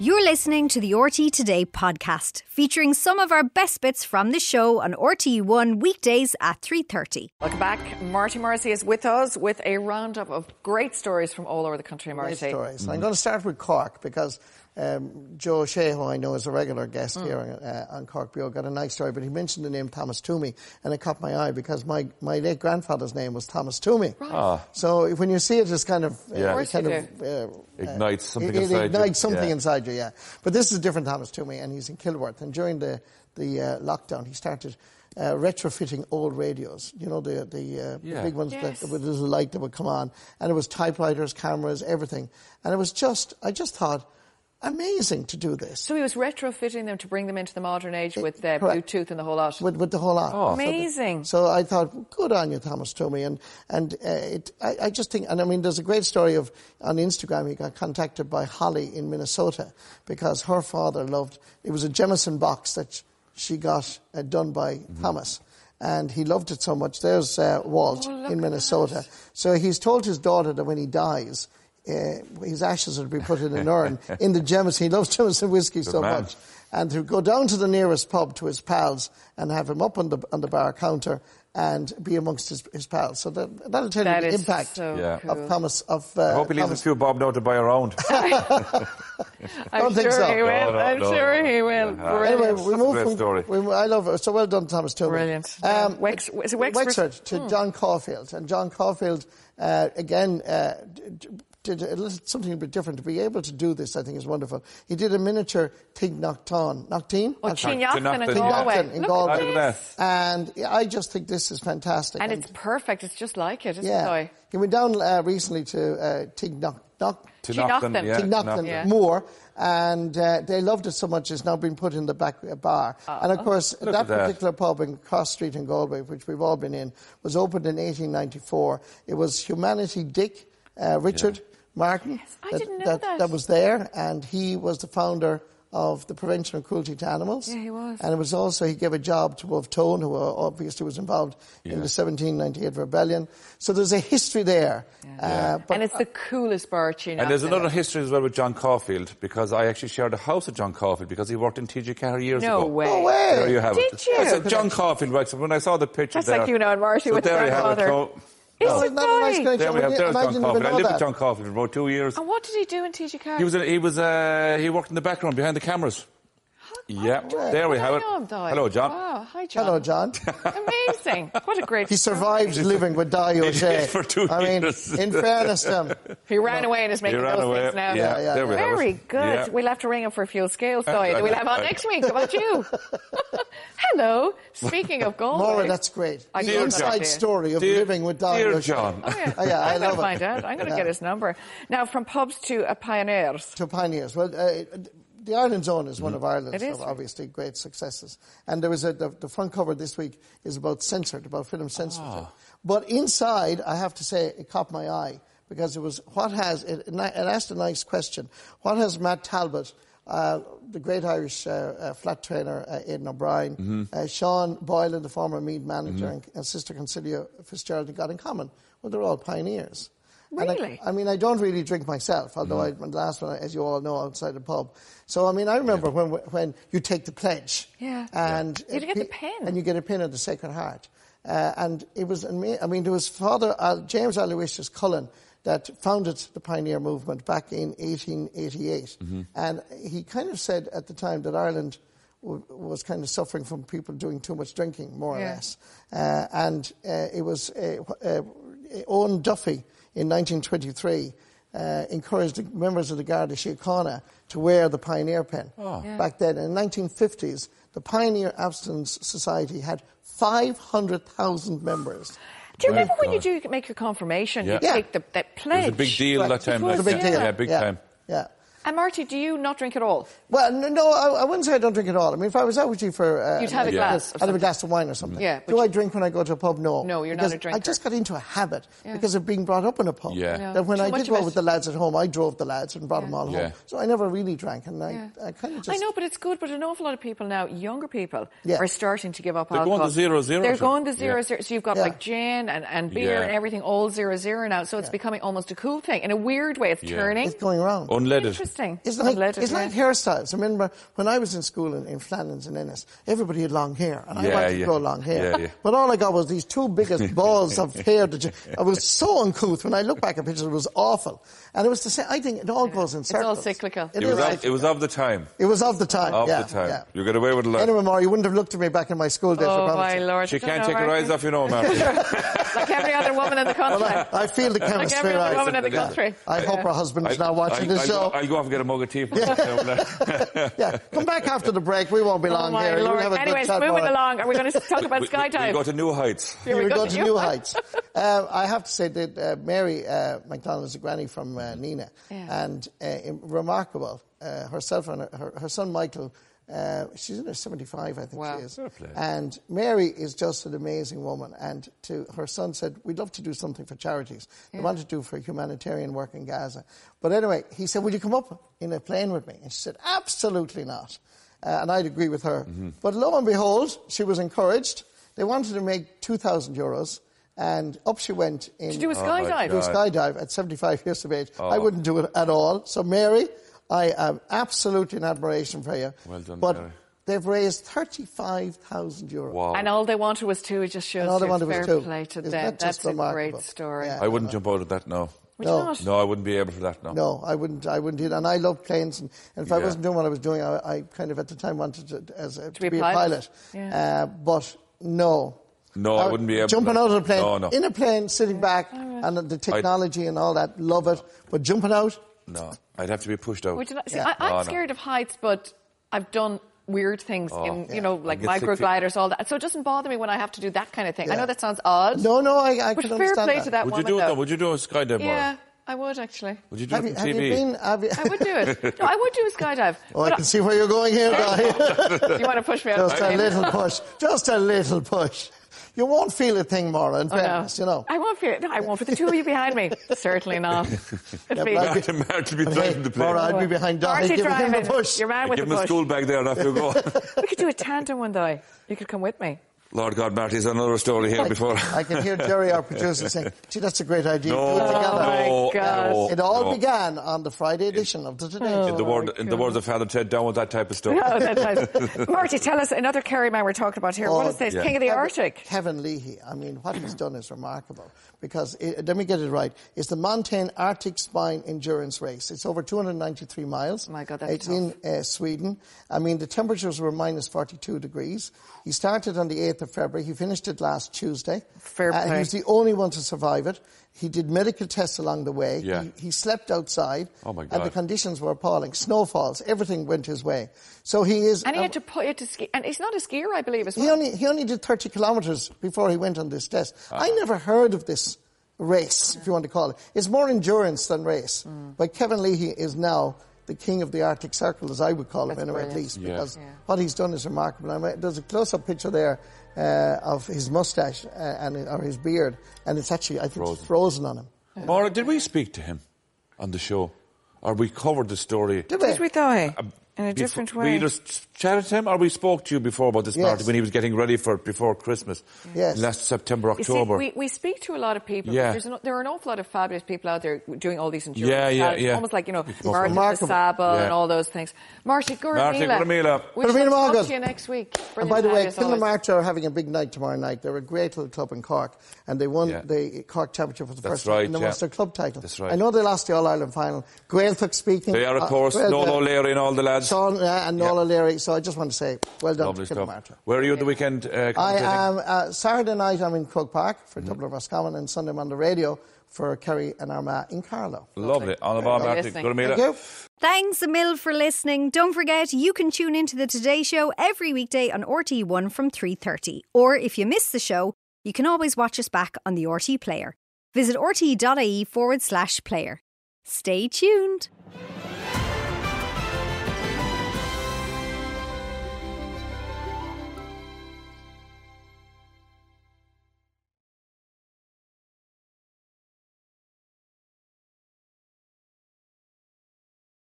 You're listening to the RT Today podcast, featuring some of our best bits from the show on RT1 weekdays at 3.30. Welcome back. Marty Morrissey is with us with a roundup of great stories from all over the country, Marty. Great stories. I'm going to start with Cork because um, Joe Shea, who I know is a regular guest here uh, on Cork Bureau, got a nice story, but he mentioned the name Thomas Toomey, and it caught my eye because my, my late grandfather's name was Thomas Toomey. So when you see it, it's kind of uh, Yeah. Of Ah. course kind you of uh, Ignites something it, it inside you. ignites something Yeah. inside you, yeah. But this is a different Thomas Toomey, and he's in Kilworth. And during the the uh, lockdown, he started uh, retrofitting old radios. You know the the, uh, the Yeah. big ones Yes. that with the little light that would come on, and it was typewriters, cameras, everything. And it was just, I just thought, amazing to do this So he was retrofitting them to bring them into the modern age with uh, correct. Bluetooth and the whole lot. with with the whole lot. Amazing. So I thought, good on you, Thomas Toomey. And, and uh, it, I, I just think, and I mean, there's a great story of on Instagram, he got contacted by Holly in Minnesota because her father loved, it was a Jemison box that sh- she got uh, done by Thomas. And he loved it so much. There's uh, Walt in Minnesota. So he's told his daughter that when he dies, uh, his ashes will be put in an urn in the Jemison. He loves Jemison whiskey so man. much and to go down to the nearest pub to his pals and have him up on the, on the bar counter and be amongst his, his pals. So that, that'll tell That you the is impact so Yeah. cool. of Thomas. Of, uh, I hope he leaves a Thomas. few bob now to buy around. I'm don't sure think so. he will. No, no, I'm no, sure no. he will. Yeah. Brilliant. Anyway, we That's a move great from, story. We, I love it. So well done, Thomas Tillman. Brilliant. Um, Wex- is it Wexford? Hmm. to John Caulfield. And John Caulfield, uh, again, uh, d- d- did a little, something a bit different. To be able to do this, I think, is wonderful. He did a miniature Tig Nocturne. Nocturne? Oh, Chignactin Chignactin, in yeah. Galway. Nocturne in Look Galway. at Look at this. And yeah, I just think this is fantastic. And it's perfect. It's just like it, isn't yeah, it? he went down uh, recently to uh, Tignock. Knock, To Knock them. yeah, Tig knock Nocton them. Yeah. Moore, and uh, they loved it so much it's now been put in the back bar. And of course, that at that. particular pub in Cross Street in Galway, which we've all been in, was opened in 1894. It was Humanity Dick uh, Richard Martin I didn't know that. was there, and he was the founder of the Prevention of Cruelty to Animals. Yeah, he was. And it was also, he gave a job to Wolf Tone, who uh, obviously was involved in the 1798 rebellion. So there's a history there. Uh, but and it's the coolest bar, Chignactin. And there's another history as well with John Caulfield because I actually shared a house with John Caulfield because he worked in TG Carr years No ago. way. no way. There you have it. Did you? I said John Caulfield works. When I saw the picture, That's there, like you now and Marty so with there their you have it. father. So, Isn't Oh, it isn't that a nice nice? great- there we have. There's I John didn't even Caulfield. I know lived that. with John Caulfield for about two years. And what did he do in TG Carr? He was he was uh, he worked in the background behind the cameras. Yeah, there we have it. Hello, Di. Hello, John. Wow, hi, John. Hello, John. Amazing. What a great He survived living with Di O'Shea. did for two I mean, years. in fairness to him, He ran away and is He making ran those away. things now. yeah, Yeah, there we have it. Very good. Yeah. We'll have to ring him for a few scales, Di, that we'll have on next week. How about you? Hello. Speaking of gold. Maura, that's great. Oh, I the love that inside idea. story of Dear- living with Di Dear O'Shea. John. Oh, yeah. Oh, yeah, I I'm going love to it. find out. I'm going to Yeah. get his number. Now, from pubs to uh, pioneers. to pioneers. Well, uh, the Ireland Zone is one of Ireland's Mm-hmm. It is. obviously great successes, and there was a, the, the front cover this week is about censored, about film Ah. censorship. But inside, I have to say, it caught my eye because it was what has it, it asked a nice question. What has Matt Talbot? Uh, the great Irish uh, uh, flat trainer uh, Aidan O'Brien, Mm-hmm. uh, Sean Boylan, the former Mead manager, and, and Sister Consiglio Fitzgerald got in common. Well, they're all pioneers. And I- Really? I mean, I don't really drink myself, although I, my last one, as you all know, outside the pub. So, I mean, I remember when, when you take the pledge. Yeah. And You get the pe- pin. And you get a pin of the Sacred Heart. Uh, and it was, ama- I mean, there was Father Al- James Aloysius Cullen that founded the pioneer movement back in 1888. And he kind of said at the time that Ireland w- was kind of suffering from people doing too much drinking, more Yeah. or less. Uh, and uh, it was uh, wh- uh, Owen Duffy in 1923 uh, encouraged the members of the Garda Síochána to wear the pioneer pin back then. In the 1950s, the Pioneer Abstinence Society had 500,000 members. Do you Very remember when you good. do make your confirmation, you Oh, Yeah. take the, that It pledge? was a big deal Right. that time. It was It's a like big that. deal. Yeah, big time. Yeah. And Marty, do you not drink at all? Well, no, no I, I wouldn't say I don't drink at all. I mean, if I was out with you for, uh, You'd have a I'd glass of I'd have something. a glass of wine or something. Yeah, but Do I drink when I go to a pub? No. No, you're not Because a drinker. I just got into a habit because of being brought up in a pub. Yeah. No. That when Too I much did of go it. with the lads at home, I drove the lads and brought them all home. Yeah. So I never really drank, and I, Yeah. I kind of just. I know, but it's good. But an awful lot of people now, younger people, Yeah. are starting to give up They're going alcohol. to zero, zero, They're sure. going to zero Yeah. zero. So you've got Yeah. like gin and, and beer Yeah. and everything all zero zero now. So it's becoming almost a cool thing in a weird way. It's Yeah. turning. It's going around. Unleaded. Interesting. It's I've like, loaded it's it. like hairstyles. I remember when I was in school in, in Flannins and Ennis, everybody had long hair, and I Yeah, wanted to yeah. grow long hair. Yeah, yeah. But all I got was these two biggest balls of hair. That you, I was so uncouth. When I look back at pictures, it was awful. And it was the same. I think it all goes in all circles. cyclical. Oh, It is was, of, cyclical. it was of the time. It was of the time. Of yeah, the time. yeah. You got away with a lot. Anyway, Maura, you wouldn't have looked at me back in my school days. Oh for my lord! she I don't can't know take her where I eyes can- off you now, Martin. Like every other woman in the country. I feel the like chemistry every other rise. woman in the Yeah. country. I hope her husband is now watching the I'll show. Go, I'll go off and get a mug of tea. Um, For myself. yeah, come back after the break. We won't be Oh long my here. You'll lord! have a Anyways, good chat, moving Maura. along. Are we going to talk about We- we- skydive? We go to new heights. Here we, we go, go to new heights. um, I have to say that uh, Mary uh, McDonald is a granny from uh, Nina, Yeah. and uh, im- remarkable. Uh, herself and her, her son Michael. Uh, she's in her 75, I think Wow. she is. Fair play. And Mary is just an amazing woman. And to her son said, "We'd love to do something for charities. They wanted to do for humanitarian work in Gaza." But anyway, he said, "Will you come up in a plane with me?" And she said, "Absolutely not." Uh, and I'd agree with her. But lo and behold, she was encouraged. They wanted to make 2,000 euros, and up she went in To do a Oh my skydive. God. Oh. do a skydive at 75 years of age. I wouldn't do it at all. So, Mary, I am absolutely in admiration for you. Well done, But Mary. they've raised 35,000 euros. Wow. And all they wanted was two. It just shows And all they you wanted was fair two. play to Isn't them. that just That's a remarkable? great story. Yeah. I wouldn't jump out of that now. Would No. you not? No, I wouldn't be able for that now. No, I wouldn't. I wouldn't do that. And I love planes. And, and if I Yeah. wasn't doing what I was doing, I, I kind of at the time wanted to, as a, to, be a be, a pilot. pilot. Yeah. Uh, but no. No, I wouldn't be able to- Uh, Jumping out of a plane, No, no. in a plane, sitting back, and the technology and all that, love it. But jumping out, No, I'd have to be pushed out. Would you not? See, Yeah. I, I'm Oh, no. Oh, scared of heights, but I've done weird things in, you know, like get sick micro feet. gliders, all that. So it doesn't bother me when I have to do that kind of thing. I Yeah. know that sounds odd. no, no, I, I but can fair understand play to that Would you woman, do it? though. Though? Would you do a skydive? Maura? yeah, I would actually. Would you do have, it you, on have you TV? been? Have you, I would do it. No, I would do a skydive. Oh, I But can see where you're going here, Guy. I- you want to push me out? just of the a plane? little push. Just a little push. You won't feel a thing, Maura, in Oh, no. fairness, you know. I won't feel it. No, I won't. With the two of you behind me, certainly not. It'd be but Martin, Martin be But driving the plane. Maura, I'd be behind Donnie Marty giving him the driving. push. Your man with Give the him a push. school bag there and off you go. We could do a tandem one though. You could come with me. Lord God, Marty's another story here before. I can hear Jerry, our producer, saying, gee, that's a great idea. No, do it together. no, Oh my God. no, It all no. began on the Friday edition of the Today Show. In the, word, in the words of Father Ted, down with that type of stuff. Oh, that's nice. Marty, tell us another Kerry man we're talking about here. what Oh, is this? yeah. King of the Kevin- Arctic. Kevin Leahy. I mean, what he's done is remarkable because, it, let me get it right, it's the Montane Arctic Spine Endurance Race. It's over 293 miles. Oh My God, that's It's in uh, Sweden. I mean, the temperatures were minus 42 degrees. He started on the 8th of February. He finished it last Tuesday. Fair Uh, play. he was the only one to survive it. He did medical tests along the way. Yeah. He, he slept outside. Oh, my And the God. conditions were appalling. Snowfalls, everything went his way. So he is. And he uh, had to put it to ski. And he's not a skier, I believe, as he well. only he only did 30 kilometers before he went on this test. I Uh-huh. never heard of this race, if you want to call it. It's more endurance than race. Mm. But Kevin Leahy is now the king of the Arctic Circle, as I would call him, anyway, at brilliant. least, because what he's done is remarkable. I mean, there's a close-up picture there uh, of his mustache uh, and or his beard, and it's actually, I think, it's Frozen. frozen on him. Maura, did we speak to him on the show? Or we covered the story? Did Did we though? eh? In a Befo- different Uh, We way. just chatted to him, or we spoke to you before about this Yes. party when he was getting ready for before Christmas. Yes. Last September, You see, October. we, we speak to a lot of people. Yeah. Yeah. There's an, there are an awful lot of fabulous people out there doing all these endurance Yeah, yeah, challenges, yeah. Almost like, you know, It's Martin remarkable. Saba Yeah. and all those things. Marty Guramila. Guramila. We shall Guramila talk Morgan. to you next week. And by the way, Brilliant time, as always. Killamarch are having a big night tomorrow night. They're a great little club in Cork, and they won Yeah. the Cork Championship for the That's first time right, and they yeah. won their club title. That's right. I know they lost the All Ireland final. Gaeltacht speaking. they are, of uh, course, well Noel done. O'Leary and all the lads. Sean uh, and Noel Yeah. O'Leary. So I just want to say, well done Lovely to stuff. Killamarch. Where are you at the weekend? I Uh, commentating? am uh, Saturday night. I'm in Croke Park for Mm-hmm. Dublin Roscommon, and Sunday I'm on the radio for Kerry and Armagh in Carlow. Lovely. On the bar, Martin listening. Guramila. Thank you. Thanks a mil for listening. Don't forget you can tune into the Today Show every weekday on RT1 from 3:30. Or if you miss the show, you can always watch us back E on the RT Player. Visit rt.ie forward slash player. Stay tuned.